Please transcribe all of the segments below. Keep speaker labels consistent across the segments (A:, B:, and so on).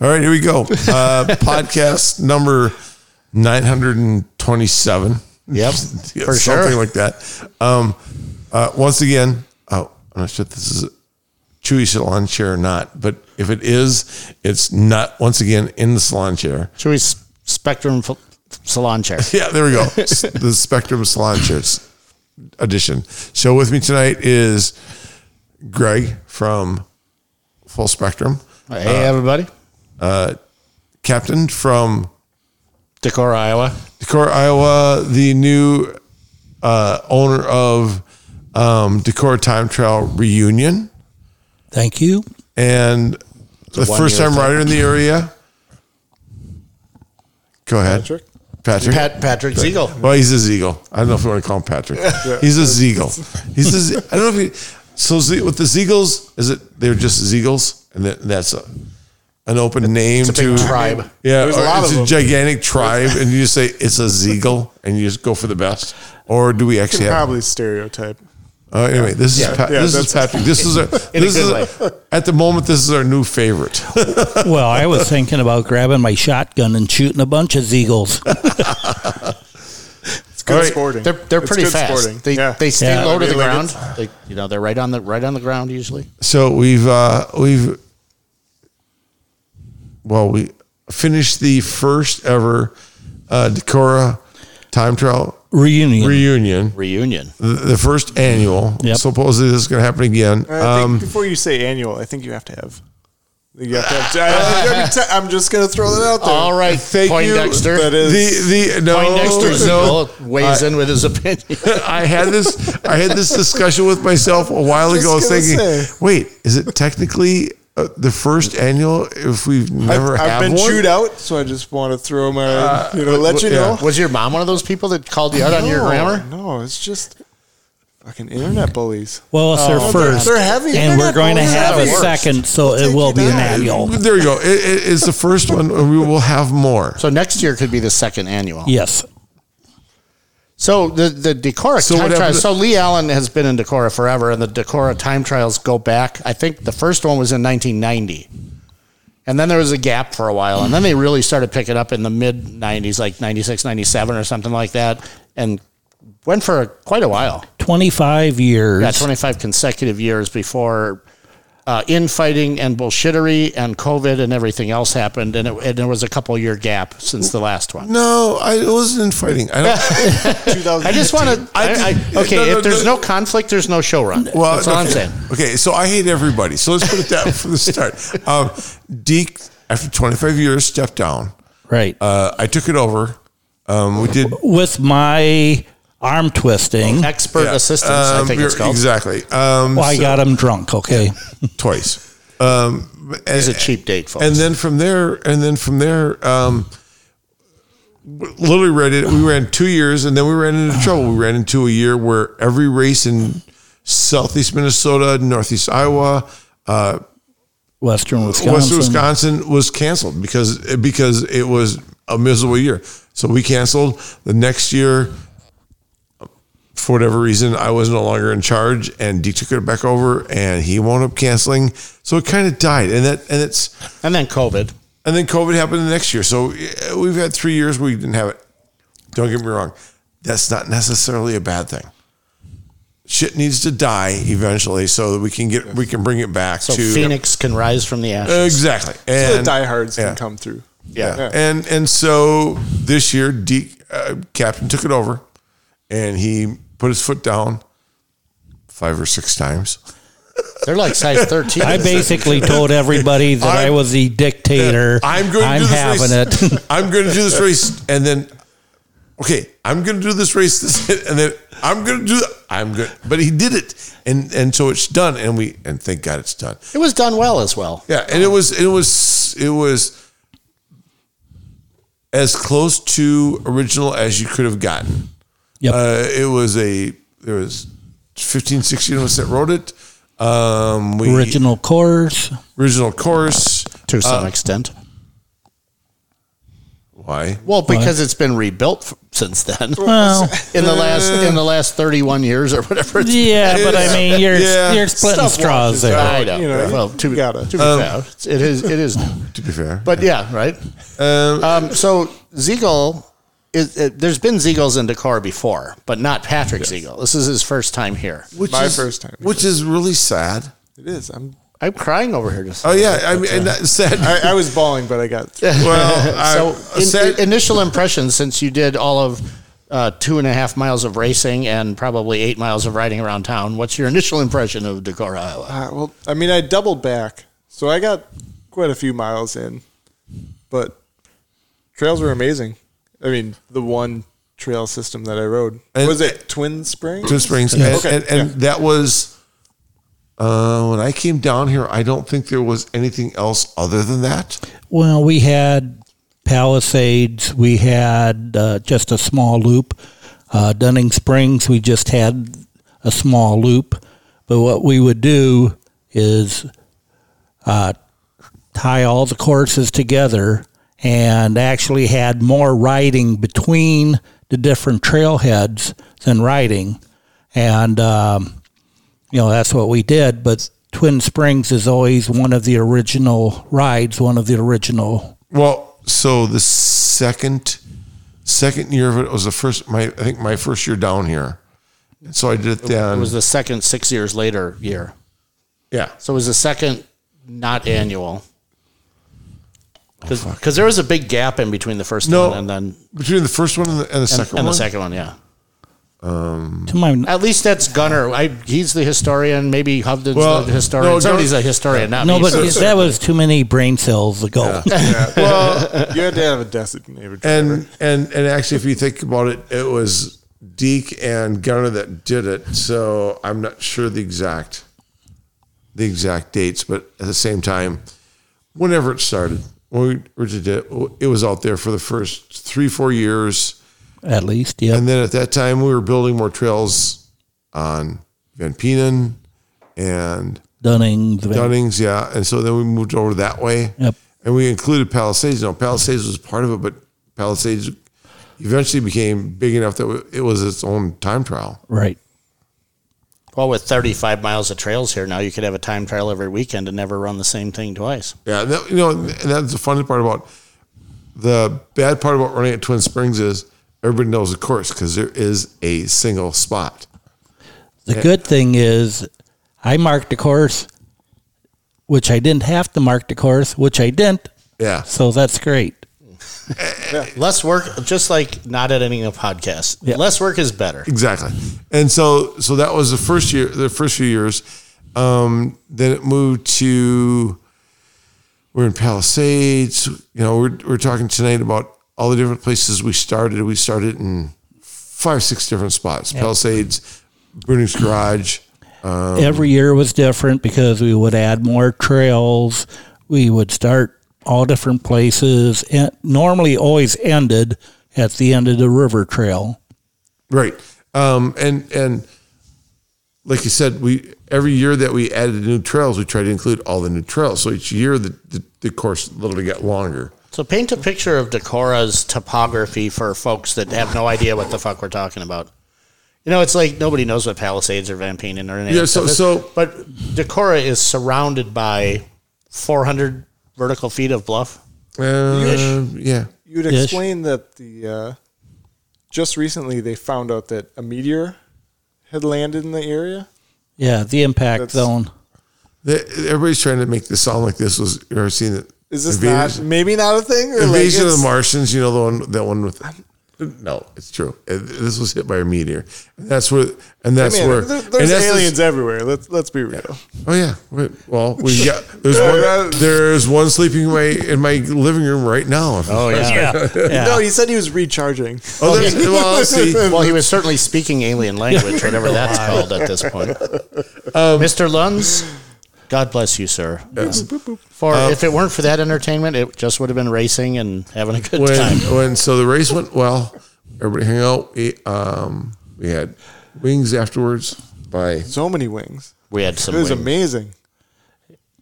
A: All right, here we go. Uh, podcast number 927.
B: Yep,
A: Yeah,
B: for
A: something
B: sure.
A: like that. Um, uh, once again, oh, I'm not sure if this is a Chewy salon chair or not, but if it is, it's not, once again, in the salon chair.
B: Should we s- Spectrum f- salon chair?
A: Yeah, there we go. S- the Spectrum Salon Chairs edition. So with me tonight is Greg from Full Spectrum,
B: Hey, everybody.
A: Captain from
B: Decor, Iowa.
A: Decor Iowa, the new uh, owner of um, Decor Time Trial Reunion,
C: Thank you.
A: and the
B: one
A: first
B: year
A: time
B: thing.
A: rider in the area. Go ahead, Patrick. Patrick.
B: Pat Patrick Siegel.
A: Well, he's a Zeagle. I don't know if we want to call him Patrick. He's a Zeagle. He's a. Ze- I don't know if he. So Ze- with the Zeagles, is it they're just Zeagles, and that, that's a, an open name
B: It's a big
A: to
B: tribe.
A: Yeah,
D: There's a
A: or
D: lot
A: it's a
D: of them.
A: gigantic tribe, and you just say it's a Zeagle, and you just go for the best. Or do we actually have?
D: Probably stereotype.
A: Uh, anyway, this is Pat,
D: yeah,
A: this is
D: that's-
A: Patrick. This is our this
B: good
A: is
B: way.
A: at the moment this is our new favorite.
C: Well, I was thinking about grabbing my shotgun and shooting a bunch of Zeagles.
D: It's good
A: All right.
D: sporting.
B: They're they're
D: It's
B: pretty
D: good
B: fast.
D: sporting.
B: They
D: Yeah.
B: they stay
C: Yeah.
B: low to the
D: Like
B: ground.
D: it's-
B: They, you know they're right on the right on the ground usually.
A: So we've uh, we've well we finished the first ever uh, Decora time trial
C: Reunion.
A: reunion,
B: Reunion.
A: the, the first annual.
C: Yep.
A: Supposedly this is going to happen again.
D: I think
A: Um,
D: before you say annual, I think you have to have. You have to have I, every ti- I'm just going to throw that out there.
B: All right,
A: thank you.
B: Poindexter.
D: That
A: the
D: is-
A: the no
B: Poindexter
A: no.
B: Siegel weighs in with his opinion.
A: I had this. I had this discussion with myself a while
D: Just
A: ago. I was
D: gonna
A: thinking,
D: say.
A: wait, is it technically uh, the first annual if we've never
D: I've,
A: had
D: I've been
A: one?
D: chewed out, so I just want to throw my,
B: Uh,
D: you know, let you
A: yeah.
D: know.
B: Was your mom one of those people that called you out on your
D: No,
B: grammar?
D: No, it's just fucking internet bullies.
C: Well, it's their
D: Oh, they're-
C: 1st
D: they're heavy. They're
C: and we're
D: not
C: going to
D: always
C: have a
B: heavy.
C: second, so
D: take
C: it will
D: it
C: be an
D: out.
C: annual.
A: Uh, There you go. It, it, it's the first one, and we will have more.
B: So next year could be the second annual.
C: Yes.
B: So the the Decora
A: So what
B: time
A: happened to-
B: trials. So Lee Allen has been in Decora forever, and the Decora time trials go back. I think the first one was in 1990, and then there was a gap for a while, and then they really started picking up in the mid 90s, like 96, 97, or something like that, and went for quite a while.
C: 25 years.
B: Yeah, 25 consecutive years before uh, infighting and bullshittery and COVID and everything else happened, and, it, and there was a couple year gap since the last one.
A: No, I wasn't in fighting. I don't.
B: I just want to. I, I, okay,
A: No, no,
B: if there's
A: no.
B: no conflict, there's no show run.
A: Well,
B: That's all I'm
A: okay. Mm-hmm.
B: saying.
A: Okay, so I hate everybody. So let's put it that from the start. Um, Deke, after 25 years, stepped down.
C: Right.
A: Uh, I took it over. Um, we did
C: With my arm twisting,
B: Expert
A: yeah,
B: assistance, I
A: um,
B: think it's
A: you're-
B: called.
A: exactly um,
C: well, I got him drunk, okay?
A: twice. Um, and,
B: It's a cheap date, folks.
A: and then from there, and then from there, um, literally ran it. We ran two years, and then we ran into trouble. We ran into a year where every race in Southeast Minnesota, Northeast Iowa,
C: Western Wisconsin.
A: Western Wisconsin was canceled because because it was a miserable year. So we canceled the next year. For whatever reason, I was no longer in charge, and Deke took it back over, and he wound up canceling. So it kind of died, and that and it's
B: and then COVID.
A: and then COVID happened the next year. So eh, we've had three years where we didn't have it. Don't get me wrong, that's not necessarily a bad thing. Shit needs to die eventually, so that we can get we can bring it back
B: So
A: to
B: Phoenix can rise from the ashes.
A: Exactly. And
D: the diehards
A: yeah.
D: can come through.
A: Yeah. And and so this year, Deke, uh, Captain took it over, and he put his foot down five or six times.
B: They're like size 13.
C: I basically told everybody that I,
A: I'm-
C: was the dictator.
A: I'm going to
C: I'm
A: do
C: having
A: this race.
C: it.
A: I'm going to do this race, and then okay, I'm going to do this race, this, and then I'm going to do. I'm good, but he did it, and and so it's done, and we and thank God it's done.
B: it was done well as well.
A: Yeah, and it was it was it was as close to original as you could have gotten.
C: Yep.
A: Uh, it was a there was 15, 16 of us that wrote it. Um, we
C: Original course.
A: Uh, original course.
B: To some extent.
A: Why?
B: Well, because it's been rebuilt f- since then.
C: Well,
B: in the last
A: uh,
B: in the last 31 years or whatever. It's
C: yeah, but I mean, you're
A: Yeah.
C: you're splitting
D: Stuff washes
C: straws there.
D: out.
B: I know.
D: You know,
B: well, to,
D: you gotta.
B: to be
A: Um,
B: fair, it's- it is. It is. now.
A: To be fair,
B: But yeah, right.
A: um,
B: Um, so Ziegel, is, it, there's been Ziegels in Decor before, but not Patrick Ziegel. This is his first time here.
A: which
D: my
A: is,
D: first time.
A: which is really sad.
D: It is. I'm.
B: I'm crying over here. Just
A: Oh yeah, I mean, and that sad.
D: I, I was bawling, but I got.
A: well, I,
B: so in,
A: sad,
B: initial impressions since you did all of. Uh, two and a half miles of racing and probably eight miles of riding around town. What's your initial impression of Decor, Iowa?
D: Uh, well, I mean, I doubled back, so I got quite a few miles in, but trails were amazing. I mean, the one trail system that I rode
A: And-
D: was it Twin Springs.
A: Twin Springs, and,
D: Okay,
A: and, and that was. Uh, when I came down here, I don't think there was anything else other than that.
C: Well, we had Palisades. We had uh, just a small loop. Uh, Dunning Springs, we just had a small loop. But what we would do is uh, tie all the courses together and actually had more riding between the different trailheads than riding. And um, you know that's what we did but twin springs is always one of the original rides one of the original
A: Well, so the second second year of it was the first my I think my first year down here. And so I did it
B: It
A: then.
B: was the second six years later year.
A: yeah.
B: So it was the second not annual. Because there was a big gap in between the first
A: Oh, No.
B: one and then
A: Between the first one and the, and the second
B: and
A: one.
B: the second one, yeah.
C: to my
B: At least that's Gunner. I, he's the historian. Maybe Hovden's
A: Well,
B: the historian.
A: no,
B: Somebody's
A: don't-
B: a historian, not
C: no
B: me.
C: but
B: so-
C: that was too many brain cells ago
D: you had to have a designated driver.
A: and and and actually if you think about it, it was Deke and Gunner that did it. So I'm not sure the exact the exact dates, but at the same time, whenever it started, when we originally did it, it was out there for the first three, four years.
C: at least yeah
A: And then at that time, we were building more trails on Van Peenan and
C: dunning the
A: Dunnings, yeah. And so then we moved over that way.
C: Yep.
A: And we included Palisades. Now, Palisades was part of it, but Palisades eventually became big enough that it was its own time trial.
C: right
B: well, with 35 miles of trails here now, you could have a time trial every weekend and never run the same thing twice.
A: Yeah, and that, you know, and that's the funny part about the bad part about running at Twin Springs is everybody knows the course because there is a single spot.
C: the good thing is i marked the course which i didn't have to mark the course which i didn't
A: Yeah.
C: so that's great
B: Less work, just like not editing a podcast. Less work is better.
A: Exactly. And so so that was the first year the first few years. Um, then it moved to we're in Palisades. You know, we're we're talking tonight about all the different places we started. We started in five, six different spots. Palisades, Bruning's Garage.
C: every year was different because we would add more trails. We would start all different places, and normally always ended at the end of the river trail.
A: Right. Um, and and like you said, we every year that we added new trails, we tried to include all the new trails. So each year the, the, the course literally got longer.
B: So paint a picture of Decora's topography for folks that have no idea what the fuck we're talking about. You know, it's like nobody knows what Palisades or Van Peenan or anything.
A: Yeah, so- so-
B: but Decora is surrounded by 400 vertical feet of bluff.
A: Uh, yeah.
D: You'd
C: Yes.
D: explain that the uh, just recently they found out that a meteor had landed in the area.
C: Yeah, the impact
D: That's-
C: zone.
A: They- Everybody's trying to make this sound like this was. You ever seen it?
D: Is this
A: Invaders-
D: not maybe not a thing? Or like
A: Invasion of
D: it's-
A: the Martians? You know the one that one with. No, it's true. Uh, This was hit by a meteor. And that's where, and that's
D: Man,
A: where,
D: there-
A: and
D: there's
A: that's
D: aliens everywhere. Let's let's be real.
A: oh yeah. Wait, Well, we got there's one. There's one sleeping in my in my living room right now. Oh,
C: Yeah.
D: No, he said he was recharging.
A: there's, well, see,
B: Well, he was certainly speaking alien language, whatever that's called at this point.
C: Um,
B: Mr. Lunds, God bless you, sir. For
C: Um,
B: if it weren't for that entertainment, it just would have been racing and having a good
A: when
B: time.
A: when so the race went well. Everybody hung out. We, um, we had wings afterwards. By
D: So many wings.
B: We had some.
D: It was
B: wings.
D: amazing.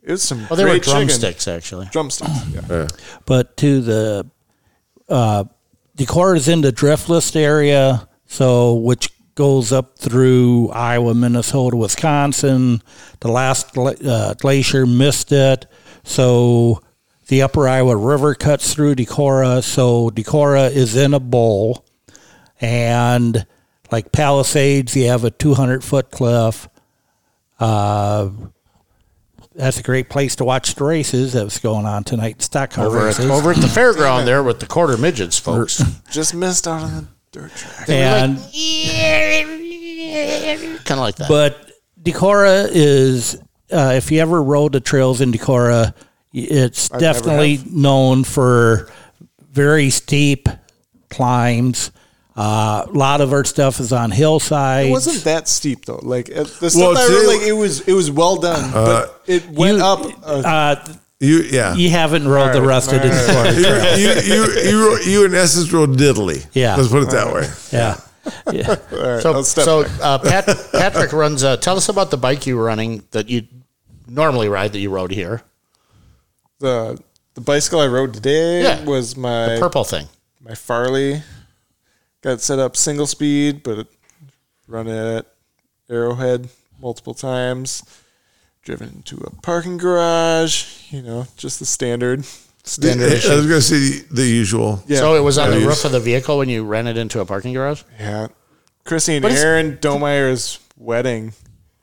D: It was some.
B: Oh, they were
D: great chicken.
B: drumsticks, actually.
D: Drumsticks. Yeah.
C: But to the Decorah is in the driftless area, so which goes up through Iowa, Minnesota, Wisconsin. The last gla- uh, glacier missed it, so the Upper Iowa River cuts through Decorah. So Decorah is in a bowl, and like Palisades, you have a 200 foot cliff. Uh, that's a great place to watch the races that was going on tonight. Stockholm
B: Over at,
C: races.
B: over at the fairground there with the quarter midgets, folks.
D: Just missed out on the dirt track.
C: and
B: kind of like that.
C: But Decorah is, uh, if you ever rode the trails in Decorah, it's definitely known for very steep climbs. Uh, a lot of our stuff is on hillsides.
D: It wasn't that steep though. Like at the stuff
A: Well,
D: I wrote,
A: today- Uh,
D: like it was it was well done, but it went
C: You-
D: up. A,
C: Uh,
A: You yeah.
C: you haven't rode the rest of the Decorah.
A: You, you, you, you, wrote- you in essence wrote diddly.
C: Yeah.
A: Let's put it that way.
C: Yeah. yeah.
D: all right,
B: so
D: I'll step
B: so
D: back.
B: uh, Pat, Patrick runs. Uh, tell us about the bike you were running that you normally ride that you rode here.
D: the the bicycle I rode today
B: Yeah.
D: was my
B: The purple thing.
D: my Farley. Got set up single speed, but it- run it arrowhead multiple times. Driven into a parking garage, you know, just the standard.
B: Standard
A: I was going to say the, the usual.
D: Yeah.
B: So it was on
A: Yeah,
B: the
A: it
B: roof
A: is.
B: of the vehicle when you ran it into a parking garage.
D: Yeah. Chrissy and
B: it's-
D: Aaron Domeyer's wedding.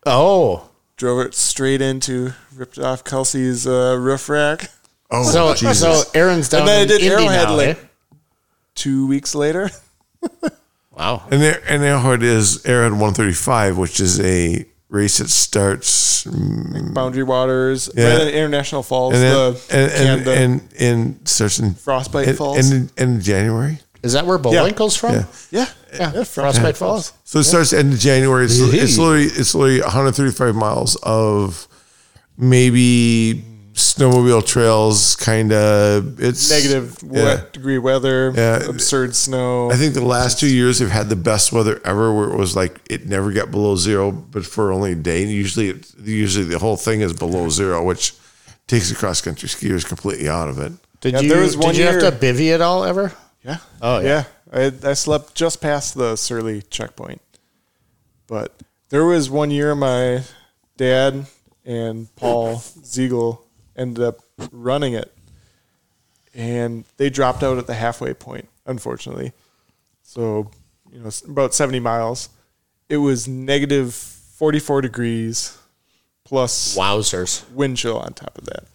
B: Oh,
D: Drove it straight into, ripped off Kelsey's uh, roof rack.
A: Oh,
B: so
A: Jesus.
B: so Aaron's down
D: And then I
B: in
D: did
B: Indy
D: Arrowhead
B: now,
D: like
B: eh?
D: two weeks later.
B: Wow.
A: and there, and Arrowhead is Arrowhead 135, which is a race that starts mm,
D: Boundary Waters,
A: Yeah.
D: right at International Falls,
A: and then,
D: the
A: and, and,
D: Canada.
A: and, and starts in
D: Frostbite
A: in-
D: Falls.
A: in, in January.
B: Is that where Bolinkle's from?
A: Yeah.
D: yeah.
B: Yeah, Frostbite Falls.
A: So it starts end of January. It's, it's literally it's literally 135 miles of maybe snowmobile trails, kind of. It's
D: Negative
A: Yeah.
D: wet degree weather,
A: Yeah.
D: absurd snow.
A: I think the last two years have had the best weather ever, where it was like it never got below zero, but for only a day. Usually, it, usually the whole thing is below zero, which takes the cross country skiers completely out of it.
B: Did
D: Yeah,
B: you
D: there was one
B: did you
D: year-
B: have to bivy at all ever?
D: Yeah.
B: Oh, yeah.
D: I, I slept just past the Surly checkpoint. But there was one year my dad and Paul Ziegel ended up running it. And they dropped out at the halfway point, unfortunately. So, you know, s- about 70 miles. It was negative 44 degrees plus
B: Wowzers.
D: wind chill on top of that.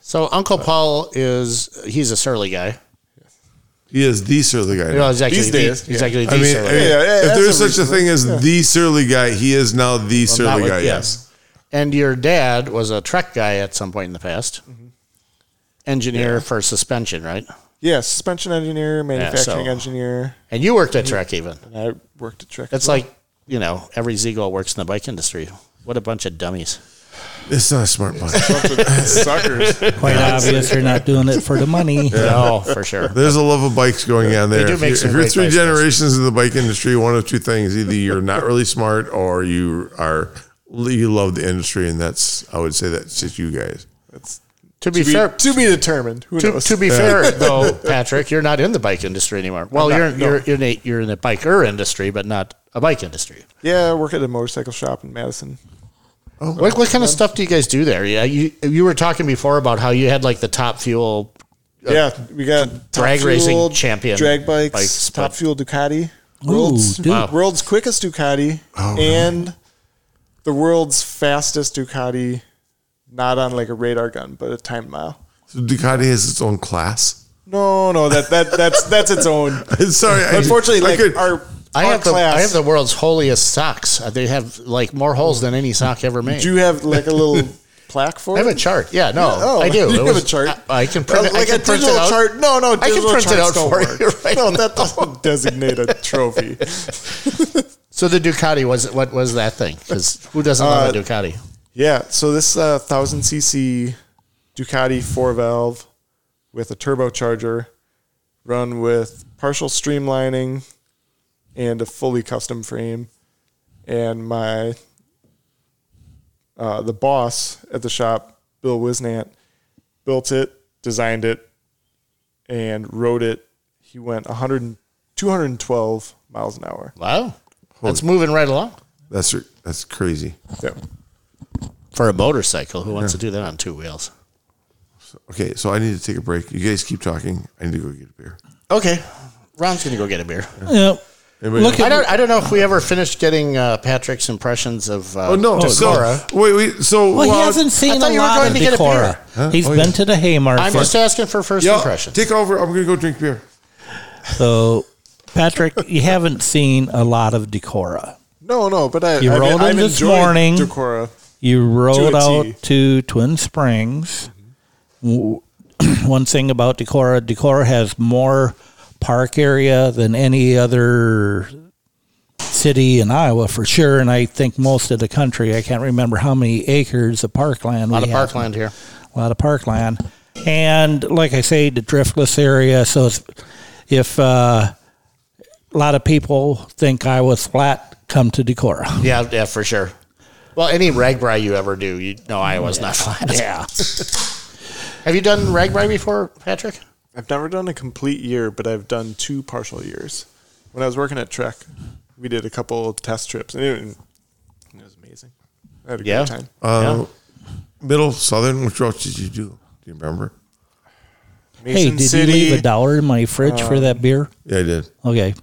B: So Uncle Paul is he's a surly guy.
A: He is the surly guy.
B: No, he's actually
D: These days,
B: the, he's
D: yeah.
B: actually the
A: I mean,
B: surly.
A: I mean,
D: Yeah, yeah,
A: if
D: that's
A: there's
D: a
A: such a thing as the surly guy, he is now the
B: Not
A: surly
B: with-
A: guy.
B: yeah.
A: Yes.
B: And your dad was a Trek guy at some point in the past.
D: Mm-hmm.
B: Engineer for suspension, right?
D: Yeah, suspension engineer, manufacturing
B: so-
D: engineer,
B: And you worked
D: Mm-hmm.
B: at Trek even.
D: and I worked at Trek.
B: It's like, you know, every Ziegel works in the bike industry. What a bunch of dummies.
A: It's not a smart bunch.
D: suckers.
C: Quite obvious you're not doing it for the money.
B: No, for sure.
A: There's a love of bikes going on there.
B: do
A: if
B: make
A: you're,
B: some
A: if you're
B: great
A: three
B: bicycles.
A: generations in the bike industry, one of two things: either you're not really smart, or you are you love the industry, and that's I would say that's just you guys.
B: To be
D: to, be,
B: fair,
D: to be determined. Who
B: to,
D: knows?
B: to be fair though, Patrick, you're not in the bike industry anymore. Well,
D: not,
B: you're
D: no.
B: you're in a you're in the biker industry, but not a bike industry.
D: yeah, I work at a motorcycle shop in Madison.
B: What what kind of stuff do you guys do there? Yeah, you you were talking before about how you had like the top fuel.
D: yeah, we got top
B: Uh, drag racing champion
D: drag bikes,
B: bikes,
D: top
B: but-
D: fuel Ducati,
C: Ooh,
D: world's
C: dude. Wow.
D: world's quickest Ducati,
B: Oh,
D: and the world's fastest Ducati, not on like a radar gun, but a timed mile.
A: So Ducati has its own class.
D: No, no, that that that's that's its own.
A: Sorry, I-
D: Unfortunately,
A: I
D: like
A: could-
D: our
B: I
D: our
B: have the
D: class,
B: I have the world's holiest socks. Uh, They have like more holes than any sock ever made.
D: Do you have like a little plaque for
B: I have a
D: it?
B: chart. Yeah, no,
D: oh,
B: I do.
D: you
B: It
D: have
B: was-
D: a chart.
B: I, I can print it. I
D: like
B: can
D: a
B: print
D: digital
B: it out.
D: chart. No, no,
B: I can
D: digital
B: print it
D: charts
B: out
D: don't
B: for
D: work.
B: you. Right
D: no, that doesn't designate a trophy.
B: So the Ducati was what was that thing? Because who doesn't love a Ducati?
D: Yeah, so this uh, 1000cc Ducati 4 valve with a turbocharger run with partial streamlining and a fully custom frame. And my, uh, the boss at the shop, Bill Wisnant, built it, designed it, and rode it he went 100, and- 212 miles an hour.
B: Wow. That's moving right along
A: That's that's crazy.
D: Yeah.
B: for a motorcycle. Who wants to do that on two wheels?
A: Okay, so I need to take a break. You guys keep talking. I need to go get a beer.
B: Okay. Ron's going to go get a beer.
C: Yep.
A: Anybody
C: Look
B: I
C: at
B: don't, I don't know if we ever finished getting uh, Patrick's impressions of. Uh,
A: Oh no, so,
B: Decorah.
A: wait, wait. So
C: well,
A: uh,
C: he hasn't
B: I
C: seen
B: thought
C: a
B: you were
C: lot
B: going
C: of
B: to get a
C: Decorah.
B: beer.
C: He's
A: Oh,
C: been
A: yeah.
C: to the
B: I'm
C: Haymarket.
B: just asking for first
A: yeah,
B: impressions.
A: take over. I'm gonna go drink beer.
C: So, Patrick, you haven't seen a lot of Decorah.
D: No, no, but I
C: You
D: I,
C: rolled
D: I,
C: in this morning.
D: Decorah.
C: You rode
D: a
C: out
D: T.
C: to Twin Springs. W- One thing about Decorah, Decorah has more park area than any other city in Iowa for sure, and I think most of the country. I can't remember how many acres of parkland.
B: A lot
C: we
B: of
C: have.
B: parkland here.
C: a lot of parkland, and like I say, the driftless area. So it's, if uh, a lot of people think Iowa's flat, come to Decorah.
B: Yeah, yeah, for sure. Well, any ragbri you ever do, you know Iowa's not flat.
C: Yeah.
B: Have you done ragbri before, Patrick?
D: I've never done a complete year, but I've done two partial years. When I was working at Trek, we did a couple of test trips, and it, it was amazing. I had a
B: Yeah.
D: great time.
A: Uh, Middle Southern. Which route did you do? Do you remember?
C: Hey,
D: Mason
C: did
D: City,
C: you leave a dollar in my fridge for that beer?
A: Yeah, I did.
C: Okay.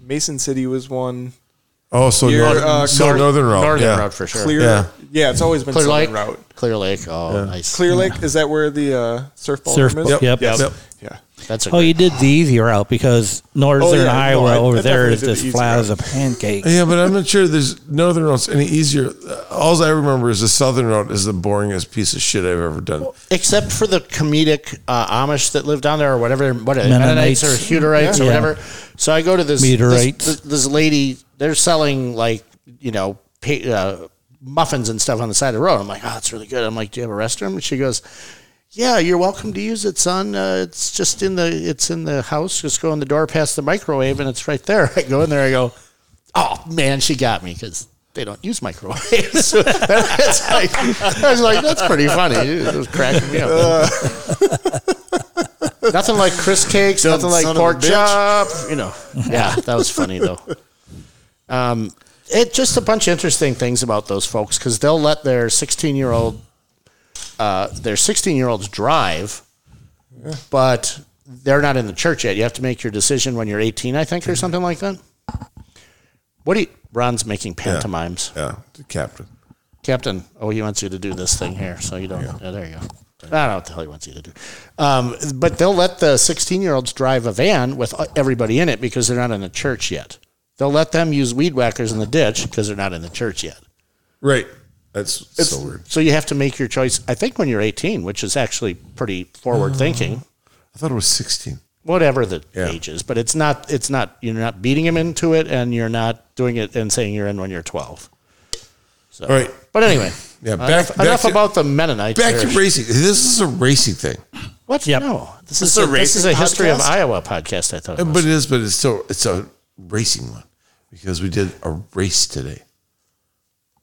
D: Mason City was one.
A: Oh, so,
D: Your,
A: northern,
D: uh,
A: so
D: north-
A: Oh, northern route.
B: Northern
A: yeah.
B: Road for sure.
D: Clear,
A: Yeah.
D: yeah, it's always been
B: Clear
D: Southern
B: Lake.
D: route.
B: Clear Lake. Oh, nice.
D: Clear Lake is that where the uh, surf ball
C: Surf
D: room is?
C: ball, yep.
D: Yes.
A: Yep.
D: Yeah.
B: That's a
C: Oh, you did the easy route because northern
D: Oh, yeah, no,
C: Iowa
D: I- I
C: over there
D: definitely
C: is
D: did the
C: just
D: easy
C: flat
D: route.
C: as a pancake.
A: Yeah, but I'm not sure there's northern routes any easier. All I remember is the southern route is the boringest piece of shit I've ever done.
B: except for the comedic uh, Amish that live down there or whatever, what are they, Mennonites,
C: Mennonites.
B: or Hutterites or
C: Yeah.
B: whatever. So I go to this
C: Meteorites.
B: this, this, this lady. They're selling like you know pa- uh, muffins and stuff on the side of the road. I'm like, oh, it's really good. I'm like, do you have a restroom? And she goes. Yeah, you're welcome to use it, son. Uh, it's just in the it's in the house. Just go in the door past the microwave, and it's right there. I go in there. I go, oh man, she got me because they don't use microwaves. So that's like, I was like, that's pretty funny. It was cracking me up. nothing like crisp cakes.
D: Dumb
B: nothing like
D: son of a
B: pork
D: bitch.
B: chop. You know. Yeah, that was funny though. Um, it just a bunch of interesting things about those folks because they'll let their sixteen-year-old, uh, their sixteen-year-olds drive, but they're not in the church yet. You have to make your decision when you're eighteen, I think, or something like that. What do you? Ron's making pantomimes.
A: Yeah, the captain.
B: Captain, oh, he wants you to do this thing here, so you don't. Yeah, there you go. I don't know what the hell he wants you to do. Um, but they'll let the 16 year olds drive a van with uh, everybody in it because they're not in the church yet. They'll let them use weed whackers in the ditch because they're not in the church yet.
A: Right. That's so weird.
B: So you have to make your choice, I think, when you're 18, which is actually pretty forward thinking,
A: I thought it was 16.
B: whatever the
A: Yeah.
B: age is. But it's not, it's not, you're not beating them into it and you're not doing it and saying you're in when you're 12.
A: All right.
B: But anyway,
A: Yeah, back-
B: enough,
A: back
B: enough
A: to-
B: about the Mennonites.
A: Back
B: They're-
A: to racing. This is a racing thing,
B: What?
C: Yep.
B: No, this,
D: is
B: is
D: a
B: a, this is a
D: racing
B: history of
D: podcast?
B: Iowa podcast. I thought, it
A: but
B: was.
A: it is. But it's still it's a racing one because we did a race today.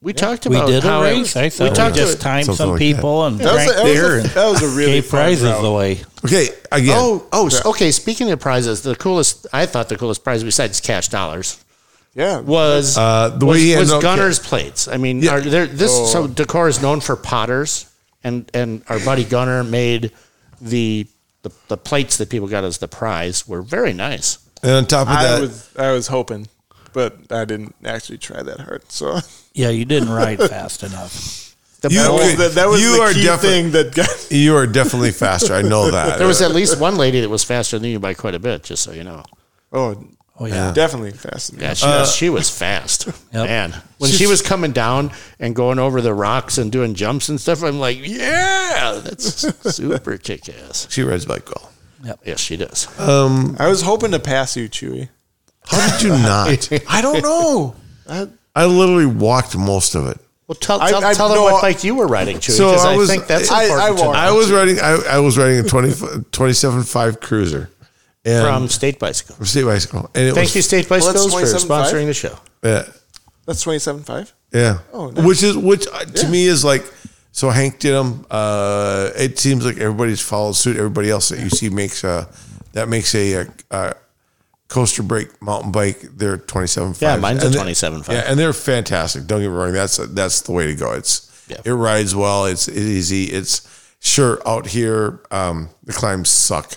B: we talked
C: We
B: about
C: did a
B: how it-
C: race. I
B: we
C: thought we
B: talked
C: just
B: to,
C: timed
A: Something
C: some
A: like
C: people and
D: That was,
C: drank
D: a, that,
C: beer
D: was a,
C: and
D: that was a really
C: gave
D: fun
C: prizes
D: route.
C: away.
A: Okay, again.
B: Oh, oh, s- okay. Speaking of prizes, the coolest I thought the coolest prize besides cash dollars
D: Yeah.
B: was
A: Uh, the
B: was,
A: way he
B: was
A: ended up-
B: Gunner's plates. I mean,
A: Yeah. Oh.
B: are there, this so Decor is known for potters, and and our buddy Gunner made the the, the plates that people got as the prize were very nice.
A: and on top of
D: I
A: that,
D: was I was hoping, but I didn't actually try that hard. So
C: Yeah, you didn't ride fast enough.
B: The
A: You-
D: that
B: bowl-
A: okay.
D: was, the, that was
A: You
D: the
A: are
D: key
A: defi-
D: thing that got.
A: you are definitely faster. I know that.
B: there was at least one lady that was faster than you by quite a bit. Just so you know.
D: Oh,
C: Oh yeah.
D: definitely fast.
B: Yeah, she,
A: Uh,
B: was, she was fast,
C: Yep.
B: man. When she was coming down and going over the rocks and doing jumps and stuff, I'm like, yeah, that's super kick ass.
A: she rides bike well.
B: Yes, she does.
D: I was hoping to pass you, Chewy.
A: How did you not?
D: I don't know. I,
A: I literally walked most of it.
B: Well, tell
D: I-
B: tell,
D: I-
B: tell them
D: no,
B: what
D: I-
B: bike you were riding, Chewy,
A: So
B: because
A: I
B: I,
A: was-
B: think that's
D: I- I
B: important. to
D: walked.
B: know.
A: I was riding. I, I was riding a 20, 27.5 cruiser, and
B: from State Bicycle.
A: from State Bicycle, and it
B: Thank
A: was
B: you, State
D: that's
B: Bicycles, for
D: 27.5.
B: sponsoring the show.
A: yeah,
D: that's twenty-seven five.
A: yeah.
D: Oh, nice.
A: which is which uh, to me is like so. Hank did them. Uh, it seems like everybody's followed suit. Everybody else that you see makes a That makes a, a, a coaster break mountain bike. They're twenty seven.
B: Yeah, mine's a 27.5.
A: Yeah, and they're fantastic. Don't get me wrong. That's that's the way to go. It's
B: Yeah.
A: it rides well. It's it's easy. It's sure out here um, the climbs suck.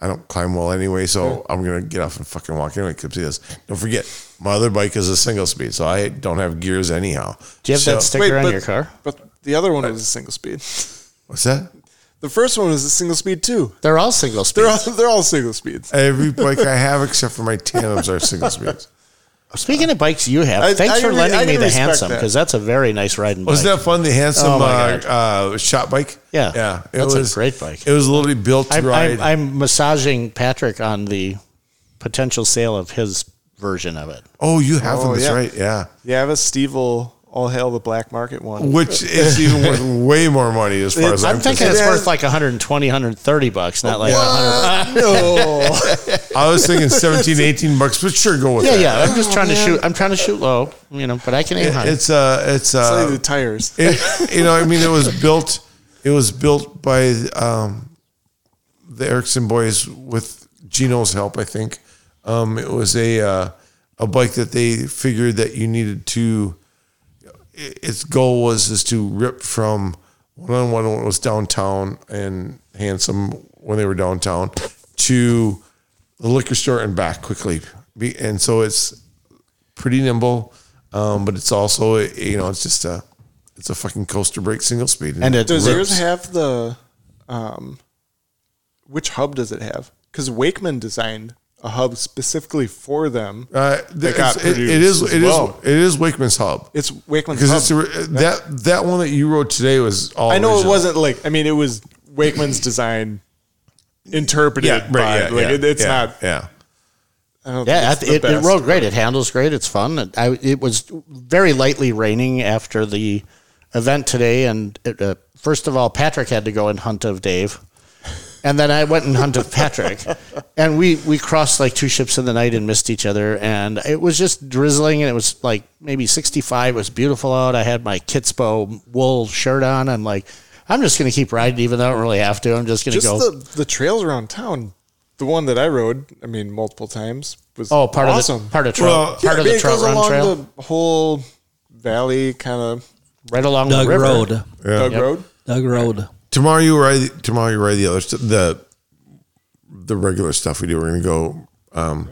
A: I don't climb well anyway, so I'm gonna get off and fucking walk anyway. Because this, don't forget, my other bike is a single speed, so I don't have gears anyhow.
B: Do you have
A: So-
B: that sticker on
D: but-
B: your car?
D: But the other one was a single speed.
A: What's that?
D: The first one was a single speed too.
B: They're all single speed.
D: They're all they're all single speeds.
A: Every bike I have except for my tandems are single speeds.
B: Speaking of bikes, you have.
D: I-
B: thanks
D: I
B: for
D: re-
B: lending
D: I
B: me
D: can
B: the
D: respect
B: handsome
D: that.
B: because that's a very nice riding bike.
A: Wasn't that fun? The handsome
B: Oh, my
A: uh, uh, shot bike.
B: Yeah.
A: yeah, it
B: That's a great bike.
A: It was literally built to
B: I'm,
A: ride.
B: I'm, I'm massaging Patrick on the potential sale of his version of it.
A: oh, you have
D: Oh,
A: them. That's
D: yeah.
A: right. Yeah,
D: Yeah, I have a Stevel all hail the black market one.
A: which is even worth way more money as far as
B: I'm,
A: I'm
B: thinking
A: concerned.
B: it's
D: Yeah.
B: worth like 120, 130 bucks, not like 100.
D: no.
A: I was thinking 17, 18 bucks, but sure, go with
B: Yeah,
A: that.
B: yeah. I'm
A: Oh,
B: just trying to shoot. I'm trying to shoot low, you know, but I can aim high.
A: It's uh, it's
D: Only the
A: uh,
D: tires.
A: it, you know, I mean, it was built, it was built by um, the Erickson boys with Gino's help, I think. Um, it was a uh, a bike that they figured that you needed to. i- Its goal was is to rip from one on one when it was downtown and handsome when they were downtown to the liquor store and back quickly. Be- And so it's pretty nimble, um, but it's also you know it's just a it's a fucking coaster brake single speed.
B: And it
D: Does
B: rips.
D: yours have the um which hub does it have? Because Wakeman designed a hub specifically for them.
A: uh,
D: that
A: it's-
D: got
A: it- it
D: produced
A: is
D: as
A: it is
D: well.
A: it is Wakeman's hub
D: It's Wakeman's
A: because
D: hub.
A: it's a, that that one that you rode today was all.
D: I know
A: original.
D: it wasn't like I mean it was Wakeman's design interpreted
A: Yeah,
D: by
A: right. Yeah,
D: like
A: yeah,
D: it, it's
A: yeah,
D: not
A: Yeah,
D: I don't
B: Yeah,
D: think it's the
B: it, it
D: best.
B: rode great. It handles great. It's fun. It, I, it was very lightly raining after the event today, and it, uh, first of all, Patrick had to go in hunt of Dave, and then I went in hunt of Patrick, and we we crossed like two ships in the night and missed each other, and it was just drizzling, and it was like maybe sixty five. It was beautiful out. I had my Kitspo wool shirt on. I'm like, I'm just gonna keep riding, even though I don't really have to. I'm just gonna
D: Just
B: go.
D: the, the trails around town. The one that I rode, I mean, multiple times was
B: Oh, part
D: awesome.
B: of the part of trail,
A: Well,
B: part
D: Yeah, I
B: of
D: mean,
B: the
D: it
B: trail
D: goes
B: run
D: along
B: trail,
D: the whole valley kind of
B: right along
C: Doug
B: the river.
C: Road.
D: Doug Road.
C: Doug Road.
A: tomorrow you ride tomorrow you ride the other st- the the regular stuff we do. We're gonna go um,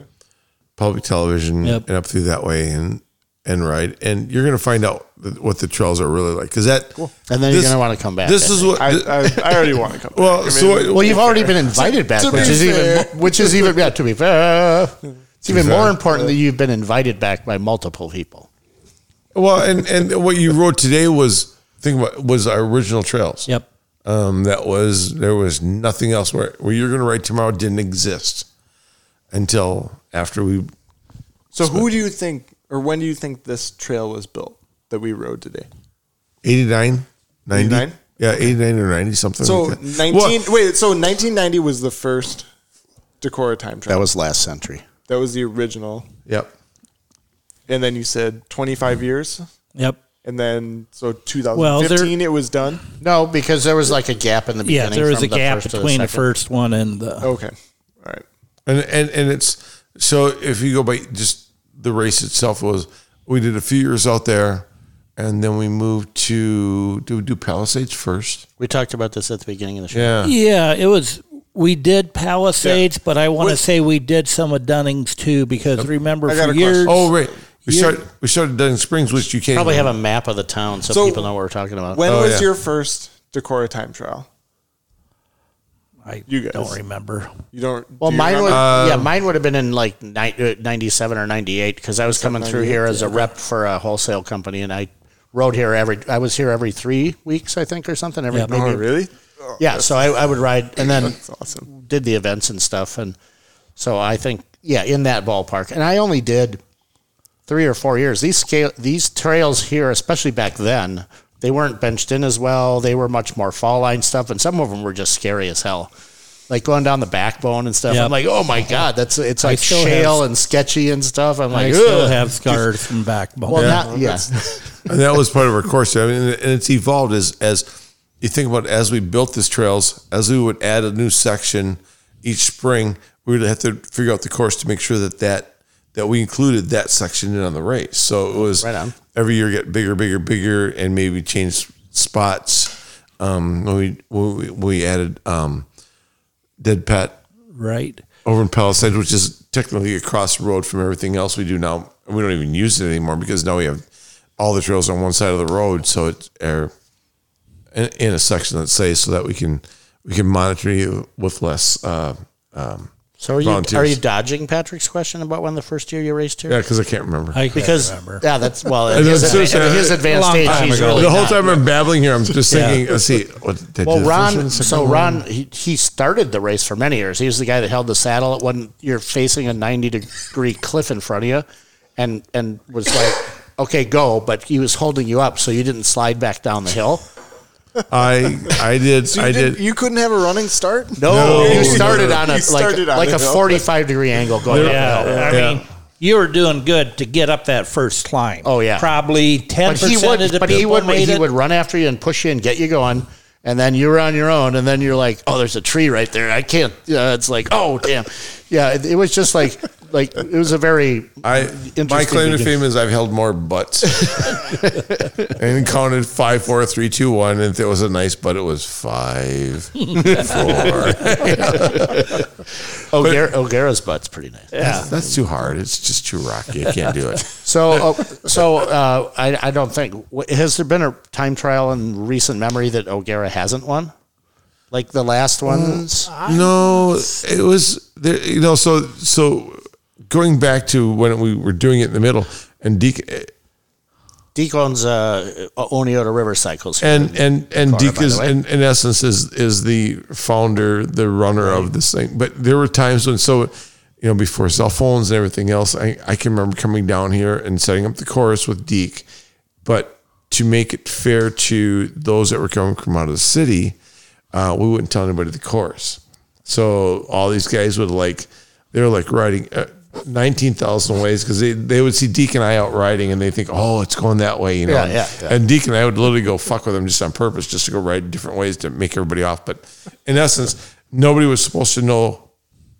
A: public television
C: Yep.
A: and up through that way and and ride and you're gonna find out th- what the trails are really like because that
B: And then you're
A: this-
B: gonna wanna come back,
A: This
B: I
A: is what
D: I, I, I already want to come.
A: well
D: back. I
A: so
D: mean,
A: what-
B: Well, you've already been invited back,
D: To be
B: which is
D: fair.
B: even which is even yeah. To be fair, it's even
A: fair.
B: more important that you've been invited back by multiple people.
A: Well, and and what you wrote today was think about was our original trails.
C: Yep.
A: Um, that was there was nothing else where where you're going to write tomorrow didn't exist until after we.
D: so who do you think, or when do you think this trail was built that we rode today?
A: 89, 90.
D: 89?
A: Yeah, 89 or 90, something
D: So
A: like that.
D: nineteen.
A: Well,
D: wait, so nineteen ninety was the first Decorah time trail. That was,
B: was last century.
D: the original,
A: yep.
D: and then you said twenty five years,
C: Yep.
D: and then so two thousand fifteen it was done.
B: No, because there was like a gap in the
C: Yeah,
B: beginning.
C: there was
B: from
C: a gap
B: first to
C: between the,
B: second.
C: first one and the.
D: Okay, all right.
A: And, and, and it's so if you go by just the race itself was we did a few years out there and then we moved to do we do Palisades first.
B: We talked about this at the beginning of the show.
A: Yeah.
C: Yeah, it was. We did Palisades, but I want to
D: Wait.
C: say we did some of Dunning's too, because remember
D: got
C: for
D: a question.
C: years.
A: Oh right. We
C: Yeah.
A: started we started Dunning Springs, which you can't
B: Probably
A: even-
B: have a map of the town so,
D: So-
B: people know what we're talking about.
D: When
A: Oh,
D: was
A: yeah.
D: your first Decorah time trial?
C: I
D: Oh, You guys.
C: don't remember.
D: You don't. do
B: Well,
D: you
B: mine
D: remember? Um,
B: would, yeah, mine would have been in like ni- uh, 97 or 98 because I was coming through here as a rep for a wholesale company and I rode here every, I was here every three weeks, I think, or something. Every,
C: Yeah.
B: maybe-
D: Oh, really?
B: yeah, so I, I would ride and then
D: That's awesome.
B: did the events and stuff. And so I think, yeah, in that ballpark. And I only did three or four years. These scale, these trails here, especially back then, they weren't benched in as well. They were much more fall line stuff, and some of them were just scary as hell. Like going down the backbone and stuff.
C: Yep.
B: I'm like, oh my god, that's it's like
C: still have-
B: shale and sketchy and stuff. I'm
C: I
B: like,
C: still
B: ugh.
C: have scars from backbone.
B: well, not yeah.
A: and that was part of our course. I mean, and it's evolved as as you think about it, as we built these trails, as we would add a new section each spring, we would have to figure out the course to make sure that that that we included that section in on the race. So it was
B: Right on.
A: every year get bigger, bigger, bigger, and maybe change spots. Um, when we when we, when we added um, dead pet
C: right?
A: over in Palisades, which is technically across the road from everything else we do now. We don't even use it anymore because now we have all the trails on one side of the road, so it's er, in, in a section that's safe, so that we can we can monitor you with less. Uh, um,
B: So are you are
A: Volunteers.
B: you dodging Patrick's question about when the first year you raced here?
A: yeah, because I can't remember.
C: I can't
B: Because
C: remember.
B: yeah, that's well, at
A: And
B: his,
A: that's
B: adva-
A: just-
B: at his advanced
C: long
B: age,
C: time
B: he's
C: ago.
B: really
A: the whole
B: not.
A: time I'm babbling here, I'm just thinking. Let's see. What, did I do
B: Well,
A: the first one,
B: Ron,
A: the second
B: so
A: one?
B: Ron, he, he started the race for many years. He was the guy that held the saddle at when you're facing a 90 degree cliff in front of you and, and was like, okay, go. But he was holding you up so you didn't slide back down the hill.
A: I I did
D: So you
A: I did.
D: didn't- You couldn't have a running start.
B: No,
A: No.
B: you started on a,
D: You started
B: like,
D: on
B: like
D: the
B: a
D: hill.
B: 45 degree angle going up the hill.
C: Yeah, I
A: Yeah.
C: mean, you were doing good to get up that first climb.
B: Oh, yeah.
C: probably ten
B: But he
C: percent of
B: would,
C: the
B: but
C: people
B: he would,
C: made
B: he
C: it.
B: would run after you and push you and get you going. And then you were on your own, and then you're like, "Oh, there's a tree right there. I can't." Yeah, it's like, "Oh, damn." Yeah, it, it was just like, like it was a very
A: I my
B: Interesting
A: claim to
B: begin-
A: fame is I've held more butts and counted five, four, three, two, one, and if it was a nice butt. It was five, four.
B: O'Gara, O'Gara's butt's pretty nice.
A: That's, that's too hard. It's just too rocky. I can't do it.
B: So, uh, so uh, I, I don't think wh- has there been a time trial in recent memory that O'Gara hasn't won, like the last ones.
C: Mm, uh,
A: No, it was there. You know, so so going back to when we were doing it in the middle, and Deke
B: Deke owns uh, O- Oneota River Cycles, here.
A: and and and
B: Clara,
A: Deke
B: by the
A: is
B: way.
A: in, in essence is is the founder, the runner of this thing. But there were times when so you know before cell phones and everything else, I I can remember coming down here and setting up the chorus with Deke, but to make it fair to those that were coming from out of the city, uh, we wouldn't tell anybody the chorus. So all these guys would like they were like riding. Uh, 19,000 ways because they, they would see Deke and I out riding and they think, oh, it's going that way, you know.
B: Yeah,
A: And-
B: yeah, yeah.
A: and Deacon, I would literally go fuck with him just on purpose, just to go ride different ways to make everybody off. But in essence, nobody was supposed to know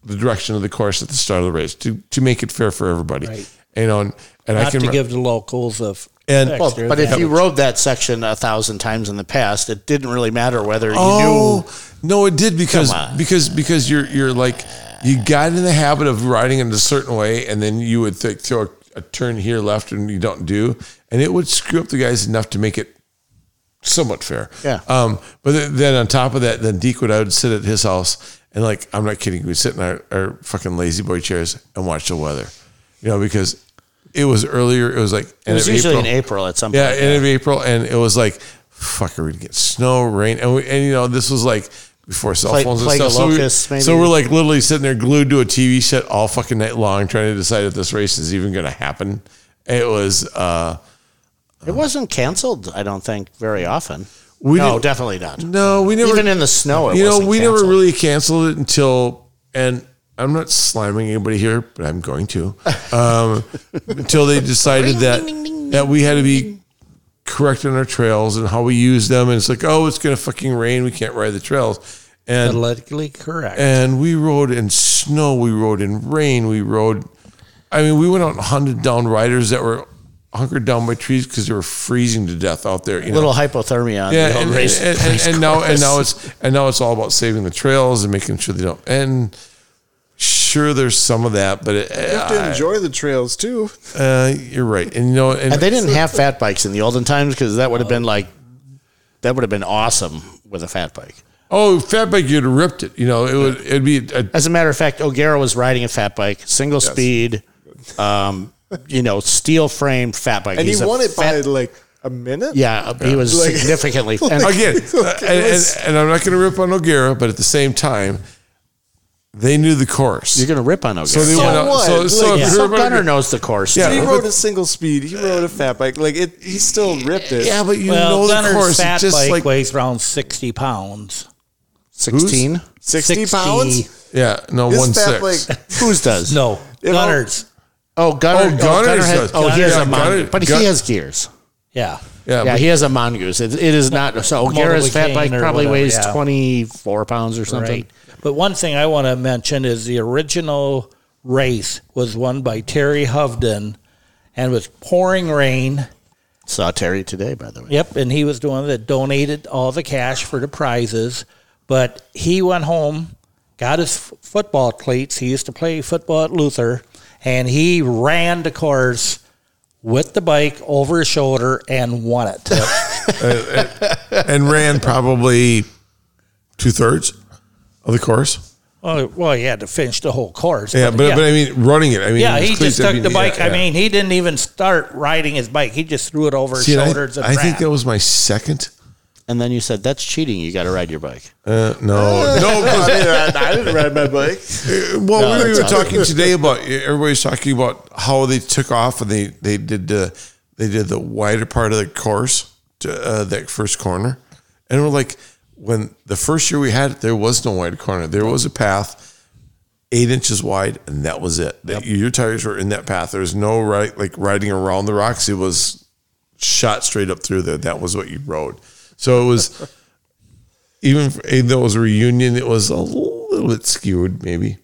A: the direction of the course at the start of the race to to make it fair for everybody. You know, and, and I
C: not
A: can
C: to give the locals a f-
A: And-
C: extra
B: Well, but if
C: advantage.
B: you rode that section a thousand times in the past, it didn't really matter whether you
A: oh
B: knew.
A: no, it did because
B: Come on.
A: because because you're you're like you got in the habit of riding in a certain way, and then you would th- throw a, a turn here left, and you don't do, and it would screw up the guys enough to make it somewhat fair.
B: Yeah.
A: Um, but then, then on top of that, then Deke would I would sit at his house and like I'm not kidding, we'd sit in our, our fucking lazy boy chairs and watch the weather. You know, because it was earlier, it was like
B: It was usually in April at some
A: Yeah,
B: point.
A: end of April, and it was like, fuck, are we gonna get snow, rain? And we, and you know, this was like before cell
B: Plague-
A: phones and
B: plague
A: stuff.
B: of
A: So,
B: locusts,
A: we,
B: maybe.
A: so we're like literally sitting there glued to a TV set all fucking night long, trying to decide if this race is even gonna happen. It was uh
B: It wasn't canceled, I don't think, very often.
A: We
B: no,
A: didn't-
B: definitely not.
A: no, we never
B: Even in the snow, it
A: you know,
B: wasn't
A: we never
B: canceled.
A: really canceled it until, and I'm not slamming anybody here, but I'm going to, um, until they decided that that we had to be correct on our trails and how we use them, and it's like, oh, it's gonna fucking rain, we can't ride the trails, and
C: politically correct.
A: and we rode in snow, we rode in rain, we rode. I mean, we went out and hunted down riders that were hunkered down by trees because they were freezing to death out there. You know?
B: little hypothermia. On the
A: yeah,
B: whole
A: and,
B: race,
A: and, and, and now and now it's and now it's all about saving the trails and making sure they don't. And sure, there's some of that, but it,
D: You have to enjoy the trails too.
A: uh, you're right. And you know, and,
B: and they didn't have fat bikes in the olden times because that would have been like that would have been awesome with a fat bike.
A: oh, fat bike, you'd have ripped it. You know, it would it'd be a,
B: As a matter of fact, O'Gara was riding a fat bike, single speed, um, you know, steel frame fat bike.
D: And
B: He's
D: he
B: a
D: won it by
B: fat-
D: like a minute.
B: yeah, uh, he was
D: Like-
B: significantly. and-
A: again. uh, and, and, and I'm not going to rip on O'Gara, but at the same time, they knew the course.
B: you're gonna rip on O'Gara.
A: so they
D: So
A: went out.
D: what?
A: So, so
D: Like,
A: if
B: yeah.
A: you
B: So
A: rip on
B: Gunner
A: O'Gara-
B: knows the course.
A: Yeah.
D: He
B: now.
A: but-
D: rode a single speed. He rode a fat bike. Like it, he still ripped it.
A: yeah, but you
C: well,
A: know the
C: Gunner's
A: course.
C: fat
A: It's just
C: bike
A: like
C: weighs around sixty pounds.
B: sixteen.
D: 60, pounds.
A: yeah, no
D: His
A: one
D: fat
A: six.
D: bike.
B: Whose does
C: No,
D: I'll-
C: Gunner's.
B: Oh, Gunner.
A: Oh, Gunner's
B: has-
A: does.
B: oh, he has
A: Yeah,
B: a mongoose,
A: Gunner-
B: but
A: Gun-
B: he has gears.
C: Yeah,
A: Yeah,
B: Yeah,
A: but-
B: he has a mongoose. It, it is not so.
C: Multiple
B: O'Gara's fat
C: cane
B: bike
C: or
B: probably
C: whatever,
B: weighs
C: yeah.
B: twenty four pounds or something.
C: Right. But one thing I want to mention is the original race was won by Terry Hovden and it was pouring rain.
B: Saw Terry today, by the way.
C: Yep, and he was the one that donated all the cash for the prizes. But he went home, got his f- football cleats. He used to play football at Luther, and he ran the course with the bike over his shoulder and won it.
A: and ran probably two thirds of the course.
C: well, well, he had to finish the whole course.
A: Yeah, but, but I mean, running it. I mean,
C: Yeah,
A: with
C: he
A: cleats,
C: just
A: I
C: took
A: mean,
C: the
A: yeah,
C: bike. I
A: yeah.
C: mean, he didn't even start riding his bike. He just threw it over his
A: See, and I-
C: shoulders and
A: I, think
C: ran.
A: that was my second.
B: And then you said, that's cheating. You got to ride your bike.
A: Uh, no, no, 'cause-
D: I didn't ride my bike.
A: Uh, Well, we were
B: that's not-
A: talking today about everybody's talking about how they took off and they they did the they did the wider part of the course to uh, that first corner, and we're like, when the first year we had it, there was no wide corner. There was a path eight inches wide, and that was it. That Your tires were in that path. There was no right like riding around the rocks. It was shot straight up through there. That was what you rode. So it was even even though it was a reunion, it was a little bit skewed. Maybe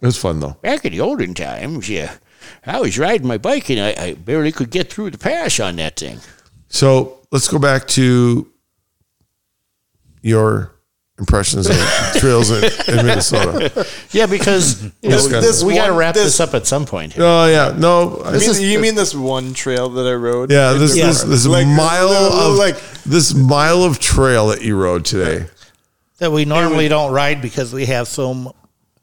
A: it was fun though.
B: Back in the olden times, yeah, I was riding my bike and I, I barely could get through the pass on that thing.
A: So let's go back to your impressions of trails in, in Minnesota.
B: Yeah, because you know,
A: This guy-
B: we got to
D: one-
B: wrap this,
D: this-
B: up at some point. here.
A: Oh yeah, no, I
D: You mean,
A: mean,
D: you mean this one trail that I rode?
A: yeah, this
C: Yeah.
A: this, this
D: Like,
A: mile of
D: like-
A: like this mile of trail that you rode today.
C: that we normally don't ride because we have so m-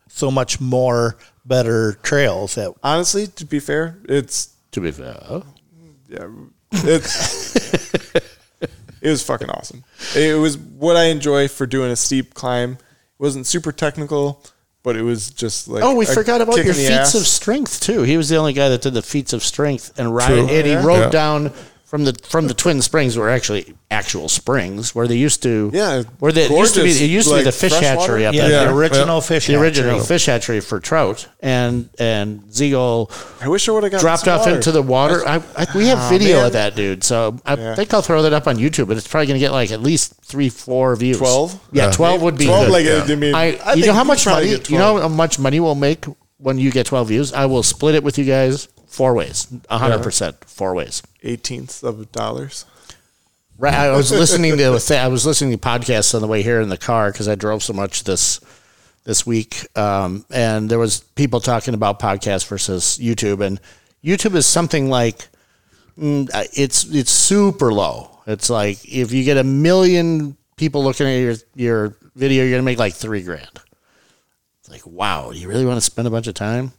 C: so much more better trails that
D: Honestly, to be fair, it's
B: To be fair, oh.
D: yeah, it's it was fucking awesome. It was what I enjoy for doing a steep climb. It wasn't super technical, but it was just like
B: Oh, we
D: a
B: forgot about
D: kick
B: your
D: in the
B: feats
D: ass.
B: of strength too. He was the only guy that did the feats of strength and ride,
A: True.
B: and he
A: Yeah.
B: rode
A: Yeah.
B: down from the from the Twin Springs, were actually actual springs where they used to
D: Yeah,
B: where they it used to be
D: gorgeous,
B: it used to be
D: like
B: the fish
D: freshwater.
B: hatchery up
C: yeah,
B: there,
A: Yeah.
C: the original
A: Yeah.
C: fish
B: the original
C: hatchery.
B: fish hatchery for trout, and and Ziegel
D: I wish I would have got
B: dropped
D: some
B: off
D: water. Ah,
B: into the water. I, I, we have video
D: man.
B: of that dude, so I
D: Yeah.
B: think I'll throw that up on YouTube, but it's probably gonna get like at least three, four views.
D: 12?
B: yeah, twelve would be
D: Twelve,
B: good.
D: like I mean,
B: I,
D: I
B: you
D: think
B: know how
D: we
B: much
D: try to
B: money
D: get
B: you know how much money we'll make when you get 12 views i will split it with you guys four ways 100% four ways
D: eighteenths of dollars.
B: right i was listening to a th- i was listening to podcasts on the way here in the car because i drove so much this this week um, and there was people talking about podcast versus youtube and youtube is something like mm, uh, it's it's super low it's like if you get a million people looking at your your video you're gonna make like three grand like wow you really want to spend a bunch of time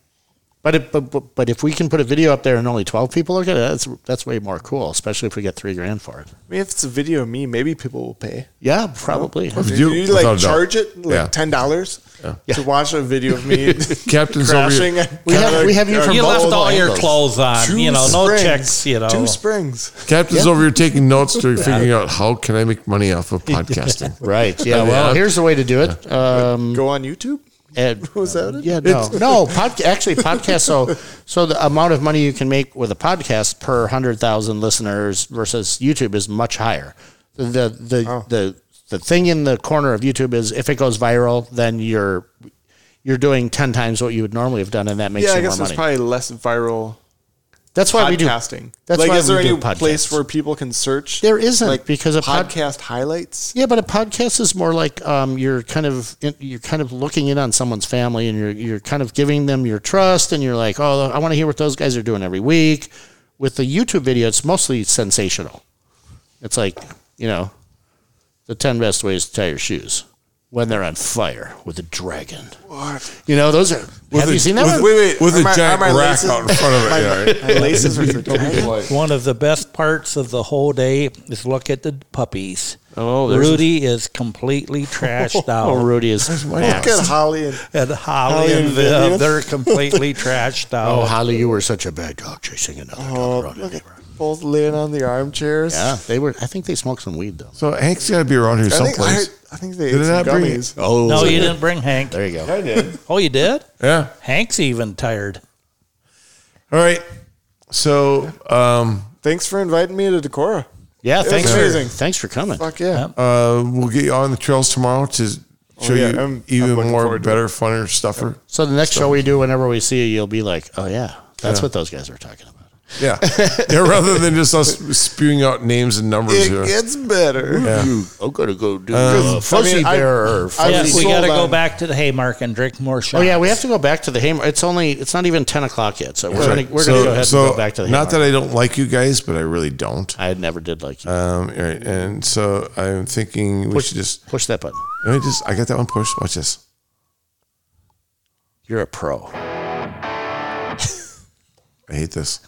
B: but, it, but but but if we can put a video up there and only 12 people look at it that's that's way more cool especially if we get three grand for it
D: I mean, if it's a video of me, maybe people will pay.
B: yeah probably
A: If
D: Do you,
A: without
D: like
A: a doubt.
D: charge it like
A: Yeah.
D: ten dollars to watch a video of me
A: Captain's over
D: crashing?
A: here.
B: We have-
D: Kinda
B: we have you
D: like-
B: from
C: You
B: From
C: left
B: multiple
C: all your
B: angles.
C: clothes on,
D: Two
C: you know, no
D: springs.
C: checks, you know.
D: Two springs.
A: Captain's over here taking notes during figuring out how can I make money off of podcasting.
B: right yeah well
A: Yeah.
B: here's the way to do it um
D: Go on YouTube.
B: and
D: Was that it?
B: yeah no no pod, actually podcast so so the amount of money you can make with a podcast per 100000 listeners versus youtube is much higher the the the,
D: Oh.
B: the the thing in the corner of youtube is if it goes viral then you're you're doing 10 times what you would normally have done and that makes
D: Yeah,
B: you
D: I guess
B: more
D: it's
B: money
D: probably less viral
B: that's why we do
D: podcasting.
B: that's
D: like,
B: why
D: is there
B: we
D: any
B: do podcasts.
D: place where people can search?
B: There isn't,
D: like
B: because a pod-
D: podcast highlights.
B: Yeah, but a podcast is more like um, you're kind of you're kind of looking in on someone's family, and you're you're kind of giving them your trust, and you're like, oh, I want to hear what those guys are doing every week. With the YouTube video, it's mostly sensational. It's like you know, the ten best ways to tie your shoes when they're on fire with a dragon.
D: What?
B: You know, those are. have
A: a-
B: you seen that
A: with-
B: one?
D: wait.
A: With
D: are
A: a
D: my-
A: giant
D: are my
A: rack
D: laces-
A: out in front of it. yeah, right?
D: My laces are for dragons.
C: One of the best parts of the whole day is look at the puppies.
B: Oh, there's-
C: Rudy is completely trashed out.
B: Oh, Rudy is.
D: Look at Holly and
C: And Holly and
D: Vivian.
C: Viv, they're completely trashed
B: Oh,
C: out.
B: Holly, you were such a bad dog chasing another dog around the
D: Oh, look at
B: neighborhood.
D: both laying on the armchairs.
B: Yeah, they were. I think they smoked some weed though.
A: So Hank's got to be around here
D: I think, I,
A: someplace.
D: heard- I think they
A: Did
D: ate
A: it
D: some
A: not bring it?
D: gummies.
B: Oh,
C: No, you didn't bring Hank.
B: There you go.
D: I did.
C: Oh, you did?
A: Yeah.
C: Hank's even tired.
A: All right. So um,
D: Thanks for inviting me to Decorah.
B: Yeah,
D: was
B: thanks for
D: amazing.
B: thanks for coming.
D: Fuck yeah.
A: uh, we'll get you on the trails tomorrow to show
D: Oh, yeah,
A: you
D: I'm- I'm
A: even
D: looking
A: more
D: forward to
A: better, funner, stuffer.
B: So the next show we do, whenever we see you, you'll be like, oh yeah, that's what those guys were talking about.
A: Yeah. yeah. Rather than just us spewing out names and numbers
D: It
A: here.
D: gets better.
B: I'm gonna go do
D: Uh,
B: uh,
D: I mean, I- I was
C: Yes, we got
D: sold
C: to go
D: on-
C: back to the Haymarket and drink more shots.
B: Oh yeah, we have to go back to the Hamer. It's only it's not even ten o'clock yet, so we're
A: That's right.
B: gonna we're
A: So-
B: gonna go ahead
A: so
B: and go back to the.
A: Not
B: Haymarket.
A: that I don't like you guys, but I really don't.
B: I never did like you.
A: Um, all right, and so I'm thinking we
B: push,
A: should just.
B: push that button.
A: Let me just. I got that one pushed. Watch this.
B: You're a pro.
A: I hate this.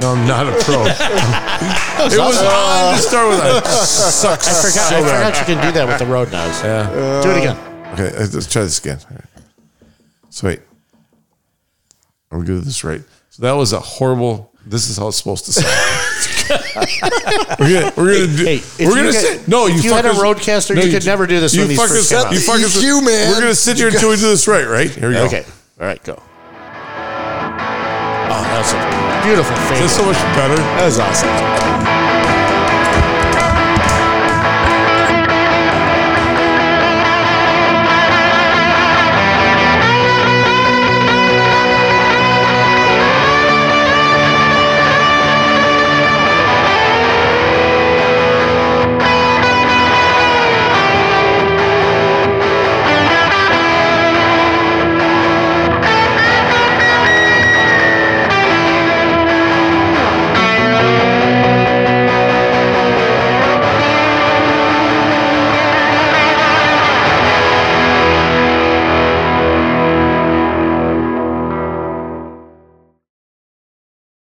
A: No, I'm not a pro. it was on to start with. I suck.
B: I forgot. I forgot you can do that with the road knives. Yeah. Do it again.
A: Okay, uh, let's let's try this again. All right. So wait, I'm gonna do this right. So that was a horrible. This is how it's supposed to sound. we're gonna, we're gonna do.
B: Hey, if
A: we're
B: you
A: gonna
B: get-
A: sit. No, you.
B: if you had a
A: fuckers-
B: roadcaster, you could never do this
A: You
B: when these first
A: fuckers.
B: came out.
A: You fuckers.
D: You, man.
A: We're gonna sit here until we do this right. Right here we go.
B: Okay. All right, go. Oh, that's a beautiful thing.
A: That's so much better.
D: That was awesome.